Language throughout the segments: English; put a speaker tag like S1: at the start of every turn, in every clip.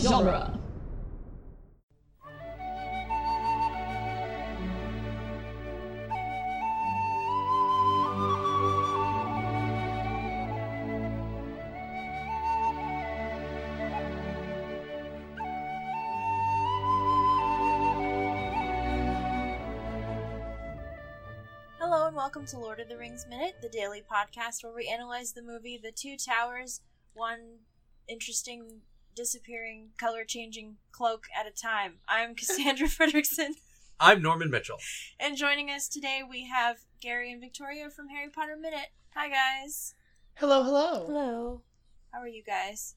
S1: genre.
S2: Hello and welcome to Lord of the Rings Minute, the daily podcast where we analyze the movie The Two Towers, one interesting disappearing color changing cloak at a time. I'm Cassandra Fredrickson,
S3: I'm Norman Mitchell.
S2: and joining us today we have Gary and Victoria from Harry Potter Minute. Hi guys.
S4: Hello, hello.
S1: Hello.
S2: How are you guys?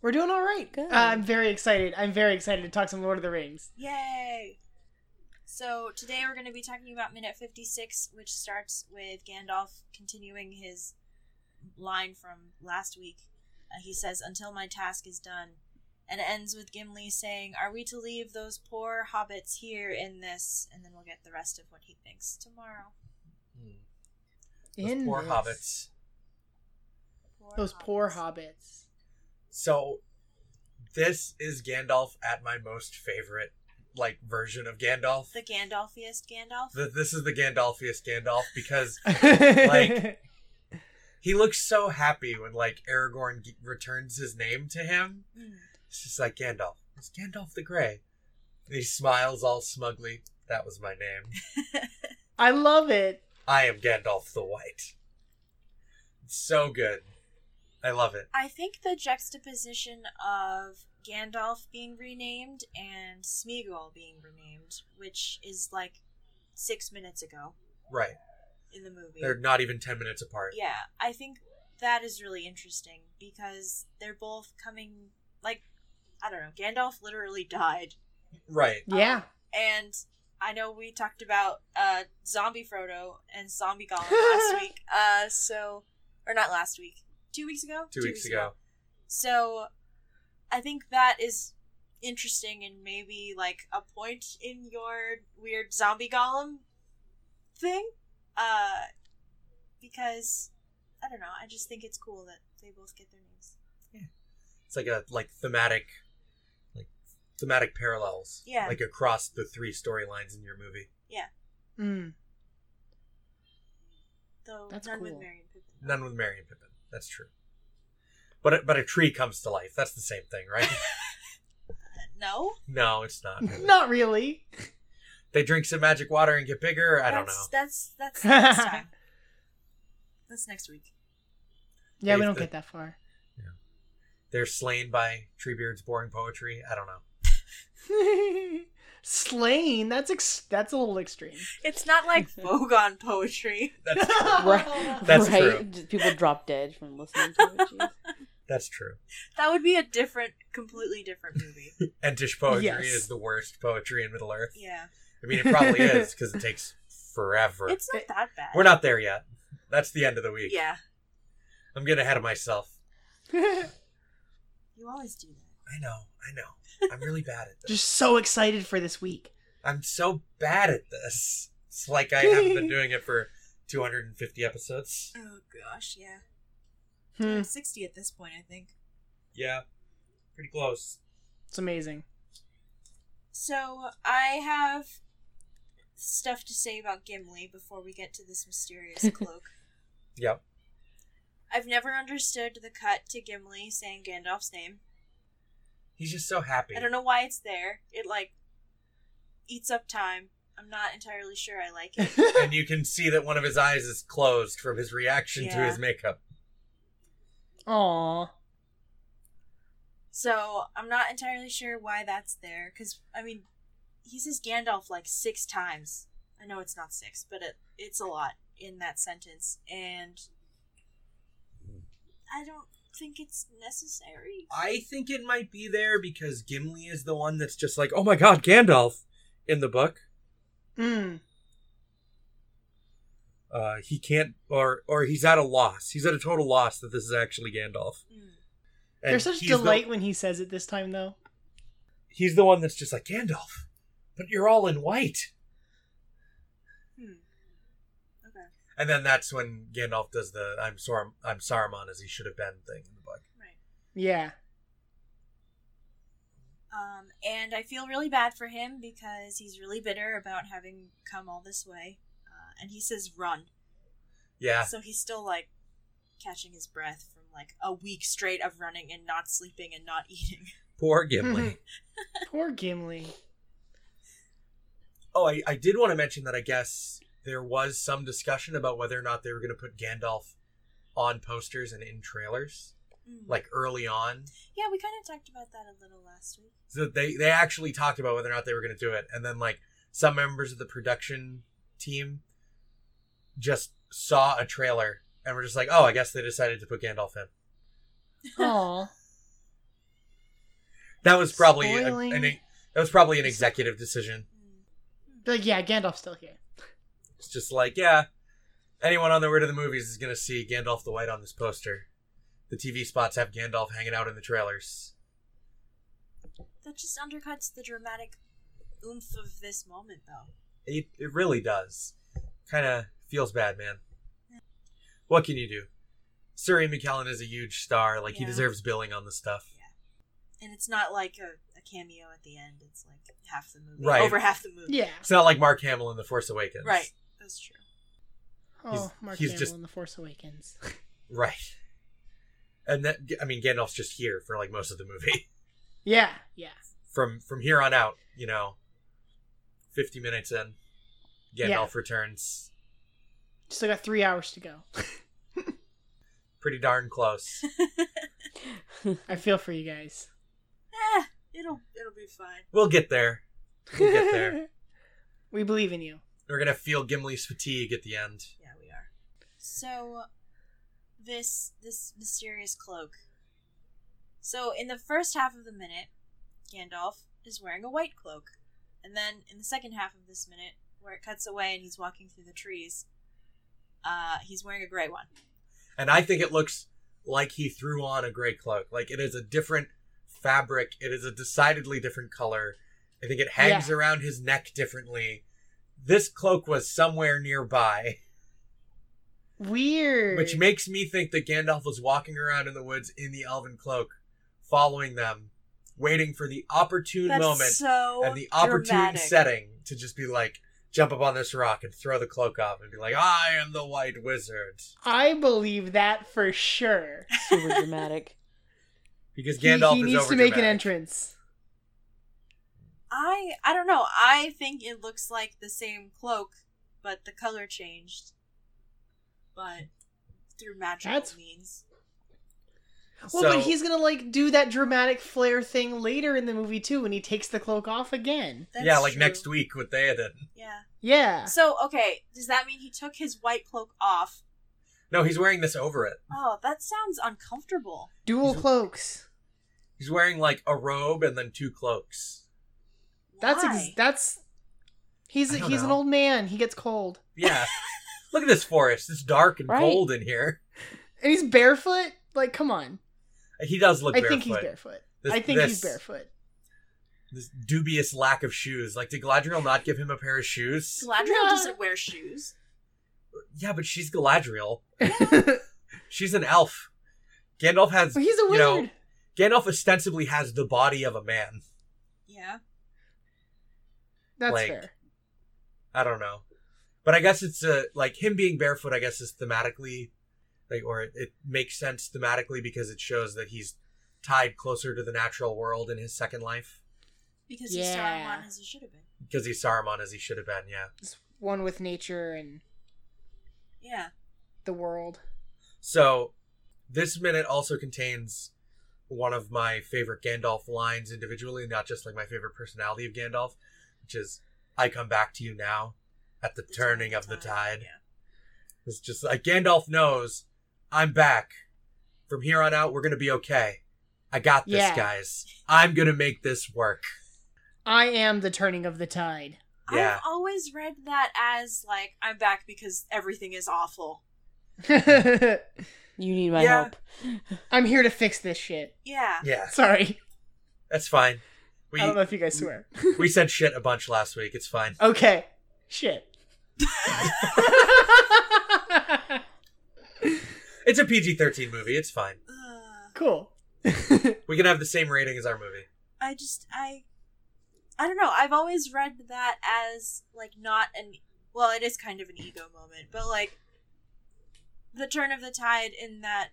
S4: We're doing all right.
S1: Good.
S4: Uh, I'm very excited. I'm very excited to talk some Lord of the Rings.
S2: Yay! So today we're going to be talking about minute 56, which starts with Gandalf continuing his line from last week. Uh, he says, "Until my task is done," and it ends with Gimli saying, "Are we to leave those poor hobbits here in this?" And then we'll get the rest of what he thinks tomorrow.
S3: Those
S4: In
S3: poor
S4: this.
S3: hobbits.
S4: Those poor hobbits.
S3: So, this is Gandalf at my most favorite, like version of Gandalf.
S2: The Gandalfiest Gandalf.
S3: Th- this is the Gandalfiest Gandalf because Like- he looks so happy when like Aragorn g- returns his name to him.
S2: Mm.
S3: It's just like Gandalf. It's Gandalf the Grey. And he smiles all smugly. That was my name.
S4: I love it.
S3: I am Gandalf the White. It's so good. I love it.
S2: I think the juxtaposition of Gandalf being renamed and Smeagol being renamed, which is like six minutes ago
S3: Right.
S2: in the movie.
S3: They're not even 10 minutes apart.
S2: yeah, I think that is really interesting because they're both coming, like, I don't know, Gandalf literally died.
S3: Right.
S4: Yeah.
S2: And I know we talked about uh, Zombie Frodo and Zombie Gollum last week. Uh, so, or not last week, two weeks ago?
S3: Two, weeks, ago.
S2: So I think that is interesting and maybe like a point in your weird zombie golem thing. Uh because I don't know, I just think it's cool that they both get their names.
S3: It's like a like thematic, like thematic parallels.
S2: Yeah.
S3: Like across the three storylines in your movie.
S4: Mm.
S2: Though
S4: That's
S2: none with
S4: cool.
S2: Mary and Pippin.
S3: None with Merry and Pippin. That's true. But a, but a tree comes to life. That's the same thing, right?
S2: No?
S3: no, it's not.
S4: Not really.
S3: They drink some magic water and get bigger. I don't know.
S2: that's, That's that's next time. That's next week.
S4: Yeah, we
S3: Hey,
S4: don't
S3: the-
S4: get that far.
S3: They're slain by Treebeard's boring poetry. I don't know.
S4: Slain. That's ex- that's a little extreme.
S2: It's not like Vogon poetry.
S3: That's
S4: right.
S3: That's
S1: right?
S3: true.
S1: Just People drop dead from listening to it. jeez.
S3: that's true.
S2: That would be a different completely different movie.
S3: Entish poetry
S4: Yes.
S3: is the worst poetry in Middle Earth.
S2: yeah.
S3: I mean, it probably is because it takes forever.
S2: It's
S4: Eh,
S2: not that bad.
S3: We're not there yet. That's the end of the week.
S2: Yeah.
S3: I'm getting ahead of myself.
S2: You always do that.
S3: I know, I know. I'm really bad at this.
S4: Just so excited for this week.
S3: I'm so bad at this. It's like I haven't been doing it for 250 episodes.
S2: Oh gosh, yeah.
S4: Hmm.
S2: 60 at this point, I think.
S3: Yeah, pretty close.
S4: It's amazing.
S2: So I have stuff to say about Gimli before we get to this mysterious cloak.
S3: Yep.
S2: I've never understood the cut to Gimli saying Gandalf's name.
S3: He's just so happy.
S2: I don't know why it's there. It like eats up time. I'm not entirely sure I like it.
S3: And you can see that one of his eyes is closed from his reaction to
S2: Yeah.
S3: his makeup.
S4: Aw.
S2: So I'm not entirely sure why that's there. Because I mean, he says Gandalf like six times. I know it's not six, but it it's a lot in that sentence, and I don't think it's necessary.
S3: I think it might be there because Gimli is the one that's just like, oh my god, Gandalf in the book.
S4: Mm.
S3: Uh, he can't, or or he's at a loss. He's at a total loss that this is actually Gandalf.
S2: Mm.
S3: And
S4: There's such
S3: he's the-
S4: delight when he says it this time, though.
S3: he's the one that's just like Gandalf, but you're all in white.
S2: Hmm. Okay.
S3: And then that's when Gandalf does the "I'm Sauron, I'm Saruman as he should have been" thing in the book.
S2: Right.
S4: Yeah.
S2: Um, and I feel really bad for him because he's really bitter about having come all this way. Uh, and he says, run.
S3: Yeah.
S2: So he's still like catching his breath from like a week straight of running and not sleeping and not eating.
S3: Poor Gimli.
S4: Poor Gimli.
S3: oh, I, I did want to mention that I guess there was some discussion about whether or not they were going to put Gandalf on posters and in trailers,
S2: Mm.
S3: like early on.
S2: yeah, we kind of talked about that a little last week.
S3: So they, they actually talked about whether or not they were going to do it. And then, like, some members of the production team just saw a trailer and were just like, oh, I guess they decided to put Gandalf in.
S4: Aw.
S3: That was probably a-
S4: Spoiling.
S3: an that was probably an executive decision.
S2: Mm.
S4: But yeah, Gandalf's still here.
S3: It's just like, yeah, anyone on their way to the movies is gonna see Gandalf the White on this poster. The TV spots have Gandalf hanging out in the trailers.
S2: That just undercuts the dramatic oomph of this moment, though.
S3: It it really does. Kind of feels bad, man. What can you do? Suri McKellen is a huge star. Like he
S2: Yeah.
S3: deserves billing on this stuff.
S2: And it's not like a, a cameo at the end. It's like half the movie,
S3: Right.
S2: over half the movie.
S4: Yeah.
S3: It's not like Mark Hamill in The Force Awakens.
S2: right. That's true.
S4: Oh,
S3: He's-
S4: Mark
S3: he's
S4: Hamill
S3: just-
S4: in The Force Awakens.
S3: Right. And that I mean Gandalf's just here for like most of the movie.
S4: yeah, yeah.
S3: from from here on out, you know, fifty minutes in,
S4: Yeah.
S3: Gandalf returns
S4: Still got three hours to go.
S3: pretty darn close.
S4: I feel for you guys.
S2: Eh, it'll it'll be fine.
S3: we'll get there. We'll get there.
S4: we believe in you.
S3: We're gonna feel Gimli's fatigue at the end.
S2: Yeah, we are. So, this this mysterious cloak. So in the first half of the minute, Gandalf is wearing a white cloak, and then in the second half of this minute, where it cuts away and he's walking through the trees, uh, he's wearing a gray one.
S3: And I think it looks like he threw on a gray cloak. Like it is a different fabric. It is a decidedly different color. I think it hangs
S4: Yeah.
S3: around his neck differently. This cloak was somewhere nearby,
S4: Weird.
S3: which makes me think that Gandalf was walking around in the woods in the elven cloak, following them, waiting for the opportune
S2: That's
S3: moment
S2: so
S3: and the opportune
S2: dramatic.
S3: setting to just be like jump up on this rock and throw the cloak off and be like i am the white wizard
S4: I believe that for sure.
S1: Super dramatic.
S3: because
S4: He-
S3: gandalf
S4: he,
S3: is
S4: needs
S3: over
S4: to make an entrance.
S2: I I don't know. I think it looks like the same cloak, but the color changed. But through magical
S4: That's-
S2: means.
S4: Well, but he's gonna like do that dramatic flare thing later in the movie too, when he takes the cloak off again.
S3: yeah like next week with theoden
S2: Yeah.
S4: Yeah.
S2: So okay, does that mean he took his white cloak off?
S3: no he's wearing this over it
S2: Oh, that sounds uncomfortable.
S4: Dual
S3: He's-
S4: cloaks.
S3: he's wearing like a robe and then two cloaks
S4: That's
S2: Why?
S4: ex- that's. He's
S3: I don't
S4: he's an
S3: know.
S4: old man. He gets cold,
S3: yeah look at this forest it's dark and
S1: Right.
S3: cold in here
S4: and he's barefoot. Like, come on.
S3: he does look
S4: I
S3: barefoot
S4: think he's barefoot.
S3: This-
S4: I think he's
S3: this-
S4: barefoot.
S3: this dubious lack of shoes like did galadriel not give him a pair of shoes
S2: Galadriel
S4: No.
S2: doesn't wear shoes.
S3: yeah but she's galadriel she's an elf gandalf has
S4: Well, he's a
S3: You
S4: wizard.
S3: know, Gandalf ostensibly has the body of a man.
S2: Yeah.
S4: That's
S3: like-
S4: fair.
S3: I don't know. But I guess it's a, like him being barefoot, I guess is thematically, like, or it, it makes sense thematically because it shows that he's tied closer to the natural world in his second life
S2: Because he's he's
S4: Yeah.
S2: Saruman as he should have been.
S3: because he's Saruman as he should have been, yeah.
S4: It's one with nature and
S2: Yeah.
S4: the world.
S3: So this minute also contains one of my favorite Gandalf lines individually, not just like my favorite personality of Gandalf, which is, I come back to you now at the,
S2: the
S3: turning of the tide.
S2: Yeah.
S3: It's just like Gandalf knows I'm back. From here on out, we're gonna be okay. I got this,
S4: Yeah.
S3: guys. I'm gonna make this work.
S4: I am the turning of the tide.
S3: Yeah.
S2: I've always read that as like I'm back because everything is awful.
S4: I'm
S1: You need my
S3: Yeah.
S1: help.
S4: here to fix this shit.
S2: Yeah.
S3: Yeah,
S4: Sorry.
S3: that's fine. We
S4: I don't know if you guys swear.
S3: we said shit a bunch last week. It's fine.
S4: Okay. Shit.
S3: It's a PG thirteen movie. It's fine.
S2: Ugh.
S4: cool.
S3: We can have the same rating as our movie.
S2: I just I I don't know. I've always read that as like not an well, it is kind of an ego moment, but like the turn of the tide in that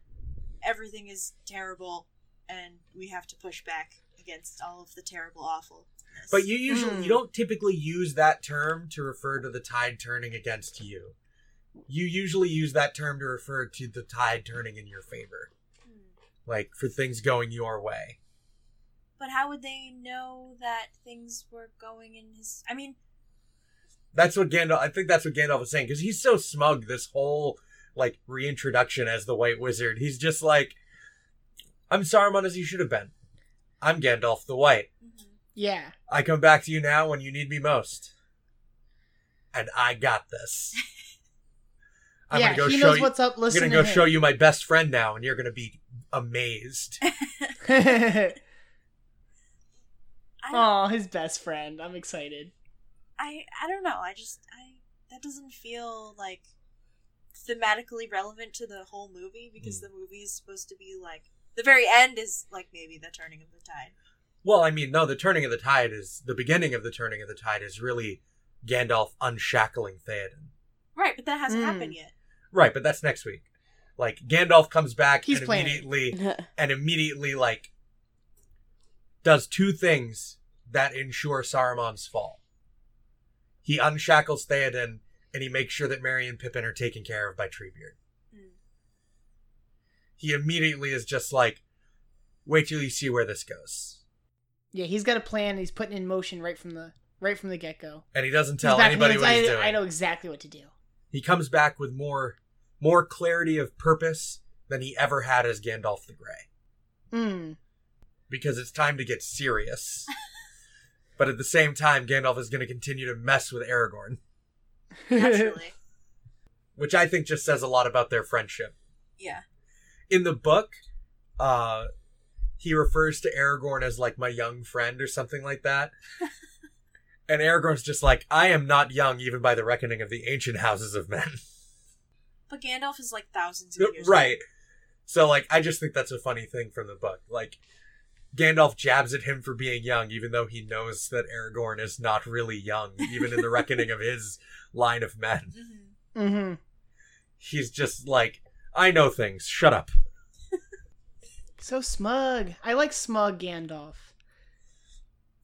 S2: everything is terrible and we have to push back against all of the terrible awful.
S3: But you usually
S4: Mm.
S3: you don't typically use that term to refer to the tide turning against you. You usually use that term to refer to the tide turning in your favor, like for things going your way.
S2: But how would they know that things were going in his? I mean,
S3: That's what Gandalf. I think that's what Gandalf was saying because he's so smug this whole like reintroduction as the White Wizard. He's just like, I'm Saruman as you should have been. I'm Gandalf the White.
S2: mhm.
S4: Yeah.
S3: I come back to you now when you need me most. And I got this. I'm
S4: yeah,
S3: gonna go
S4: he
S3: show
S4: knows
S3: you.
S4: what's up.
S3: I'm
S4: Listen
S3: gonna go show you my best friend now, and you're gonna be amazed.
S4: show you.
S2: I don't,
S4: Oh, his best friend. I'm excited.
S2: I I don't know. I just I that doesn't feel like thematically relevant to the whole movie because
S3: Mm.
S2: the movie is supposed to be like the very end is like maybe the turning of the tide.
S3: well, I mean, no, the turning of the tide is the beginning of the turning of the tide is really Gandalf unshackling Theoden.
S2: Right, but that hasn't
S4: Mm.
S2: happened yet.
S3: Right, but that's next week. Like Gandalf comes back
S4: He's
S3: and
S4: planning.
S3: immediately and immediately like does two things that ensure Saruman's fall. He unshackles Theoden and he makes sure that Merry and Pippin are taken care of by Treebeard.
S4: Hmm.
S2: Mm.
S3: He immediately is just like, wait till you see where this goes.
S4: Yeah, he's got a plan. He's putting in motion right from the right from the get go.
S3: And he doesn't tell anybody what
S4: I,
S3: he's doing.
S4: I know exactly what to do.
S3: He comes back with more more clarity of purpose than he ever had as Gandalf the Grey.
S4: Mm.
S3: because it's time to get serious. but at the same time, Gandalf is going to continue to mess with Aragorn,
S2: Naturally,
S3: which I think just says a lot about their friendship.
S2: yeah.
S3: In the book, uh, he refers to Aragorn as like my young friend or something like that. and Aragorn's just like, I am not young even by the reckoning of the ancient houses of men.
S2: But Gandalf is like thousands of years.
S3: right. So like I just think that's a funny thing from the book. Like Gandalf jabs at him for being young, even though he knows that Aragorn is not really young, even in the reckoning of his line of men.
S2: hmm
S4: hmm
S3: He's just like, I know things, shut up.
S4: So smug. I like smug Gandalf.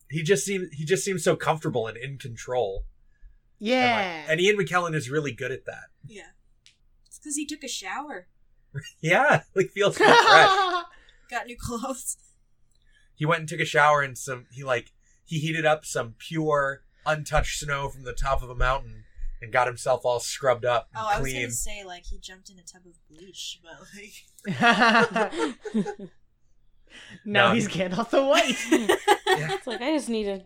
S3: He just seems he just seems so comfortable and in control. And, like-
S4: Yeah.
S3: and Ian McKellen is really good at that.
S2: Yeah. It's because he took a shower,
S3: Yeah, like feels so fresh.
S2: got new clothes.
S3: he went and took a shower in some he like he heated up some pure untouched snow from the top of a mountain and got himself all scrubbed up and
S2: Oh, I was
S3: clean
S2: gonna say like he jumped in a tub of bleach, but like
S4: now
S3: No.
S4: he's Gandalf the White.
S1: it's like I just need to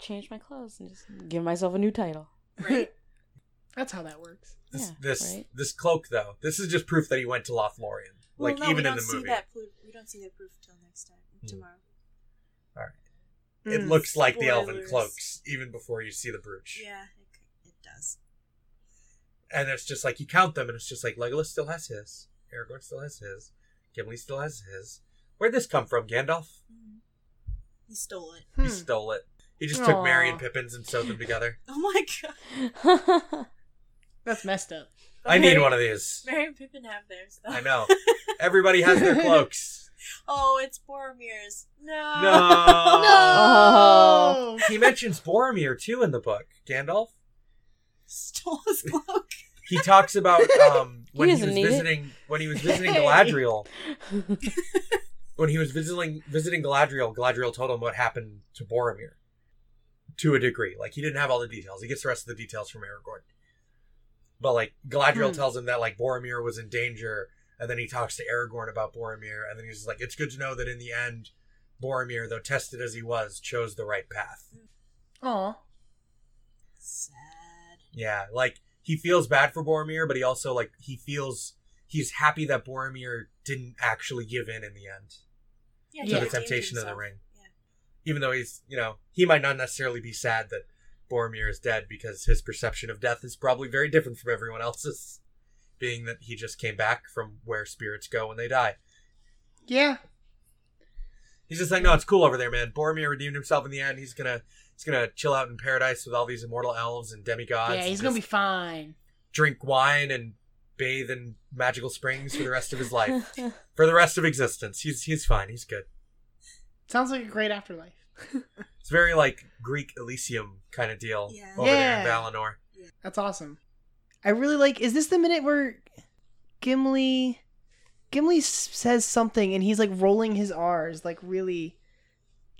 S1: change my clothes and just give myself a new title.
S2: right.
S4: That's how that works.
S3: this
S1: Yeah,
S3: this,
S1: right.
S3: this cloak though this is just proof that he went to lothlorien like
S2: well, no, we
S3: even in
S2: don't
S3: the
S2: see
S3: movie
S2: That proof. We don't see that proof till next time
S3: Mm.
S2: tomorrow.
S3: it
S4: Mm.
S3: looks like the elven
S2: Spoilers.
S3: cloaks even before you see the brooch
S2: Yeah, it, c- it does.
S3: and it's just like you count them and it's just like legolas still has his aragorn still has his gimli still has his where'd this come from gandalf
S2: Mhm. He stole it.
S4: Hmm.
S3: he stole it he just took Merry and
S4: Aw.
S3: Pippin's and sewed them together.
S2: Oh my god!
S4: That's messed up.
S3: I need
S2: Mary-
S3: one of these.
S2: Mary and Pippin have theirs. Though.
S3: I know. Everybody has their cloaks.
S2: Oh, it's Boromir's. No.
S3: No.
S1: Oh.
S4: No!
S3: He mentions Boromir too in the book. Gandalf.
S2: Stole his cloak.
S3: He talks about um, when he,
S1: doesn't
S3: was
S1: need it.
S3: visiting when he was visiting
S4: Hey.
S3: Galadriel. When he was visiting visiting Galadriel, Galadriel told him what happened to Boromir. To a degree, like he didn't have all the details. He gets the rest of the details from Aragorn. But like Galadriel
S4: Hmm.
S3: tells him that like Boromir was in danger, and then he talks to Aragorn about Boromir, and then he's like, "It's good to know that in the end, Boromir, though tested as he was, chose the right path."
S4: Oh. Aw.
S2: Sad.
S3: Yeah, like he feels bad for Boromir, but he also like he feels he's happy that Boromir didn't actually give in in the end,
S2: Yeah.
S4: To the
S2: he redeemed
S3: temptation of the
S2: himself.
S3: ring.
S2: Yeah.
S3: even though he's you know he might not necessarily be sad that Boromir is dead because his perception of death is probably very different from everyone else's, being that he just came back from where spirits go when they die.
S4: Yeah.
S3: He's He's just like, no, it's cool over there, man. Boromir redeemed himself in the end. He's gonna he's gonna chill out in paradise with all these immortal elves and demigods.
S4: yeah,
S3: and
S4: he's gonna be
S3: just
S4: fine.
S3: drink wine and bathe in magical springs for the rest of his life, for the rest of existence. He's he's fine. He's good.
S4: Sounds like a great afterlife.
S3: It's very like Greek Elysium kind of deal
S2: Yeah.
S3: over there in
S4: Yeah.
S3: Valinor.
S4: That's awesome. I really like. Is this the minute where Gimli, Gimli s- says something and he's like rolling his R's like really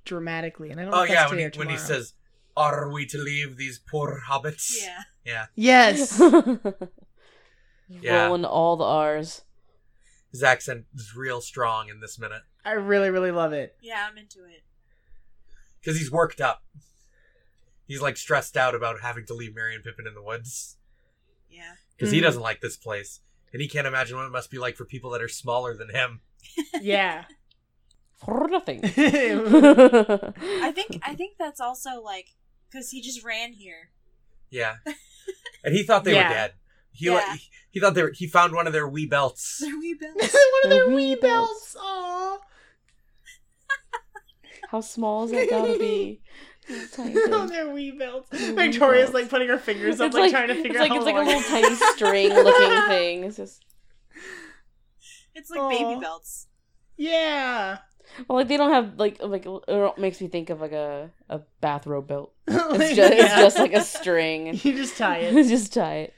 S4: dramatically? And I don't. know
S3: Oh
S4: if that's
S3: yeah, when
S4: today
S3: he,
S4: or
S3: when he
S4: tomorrow.
S3: says, "Are we to leave these poor hobbits?"
S2: Yeah.
S3: yeah.
S4: yes,
S3: Yeah.
S1: Rolling all the R's.
S3: His accent is real strong in this minute
S4: I really really love it.
S2: Yeah, I'm into it.
S3: because he's worked up. He's like stressed out about having to leave Merry and Pippin in the woods
S2: Yeah.
S3: because he
S4: Mhm.
S3: doesn't like this place, and he can't imagine what it must be like for people that are smaller than him.
S4: Yeah.
S1: For nothing.
S2: I
S1: I
S2: think I think that's also like because he just ran here.
S3: Yeah, and he thought they
S4: Yeah.
S3: were dead. He, li-
S2: Yeah.
S3: he he thought they were, he found one of their wee belts.
S2: There we been.
S4: One of their
S1: The
S4: wee
S1: wee
S4: belts. Aw.
S1: How small is that gotta be? It's tiny thing.
S4: On Oh, their wee belts.
S1: Their wee
S4: Victoria's
S1: belts.
S4: like putting her fingers up, like, trying to figure
S1: it's like,
S4: out.
S1: It's
S4: how
S1: like a
S4: long-
S1: little tiny string looking thing. It's just
S2: It's like baby
S4: Aw.
S2: belts.
S4: Yeah.
S1: well, like they don't have like like it makes me think of like a a bathrobe belt.
S4: Like,
S1: It's just it's
S4: yeah.
S1: just like a string.
S4: You just tie it.
S1: just tie it.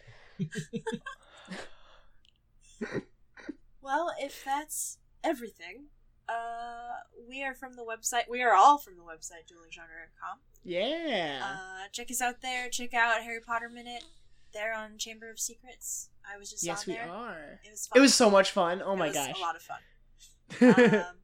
S2: Well, if that's everything, uh, we are from the website. We are all from the website duelinggenre.com.
S4: Yeah.
S2: Uh, check us out there. Check out Harry Potter Minute. They're on Chamber of Secrets. I was just
S4: yes,
S2: on
S4: we
S2: there.
S4: are.
S2: It was fun.
S4: It was so much fun. Oh
S2: It
S4: my
S2: was
S4: gosh.
S2: a lot of fun. um,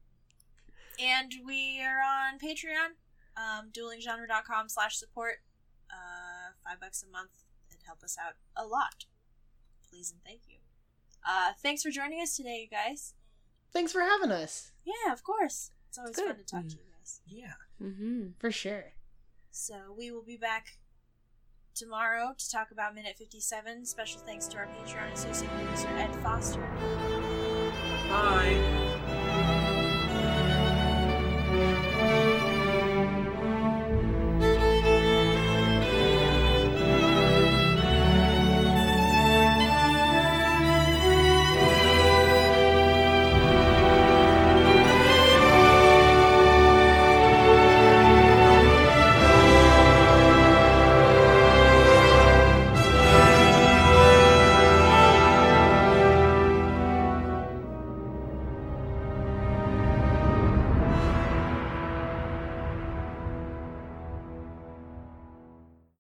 S2: and we are on Patreon, um, duelinggenre.com slash support. Uh, five bucks a month. It'd help us out a lot. Please and thank you. Uh, thanks for joining us today, you guys.
S4: Thanks for having us.
S2: Yeah, of course. It's always
S1: Good.
S2: fun to talk to you guys.
S3: Yeah,
S1: Mm-hmm.
S4: For sure.
S2: So we will be back tomorrow to talk about Minute 57. Special thanks to our Patreon associate producer, Ed Foster.
S3: bye.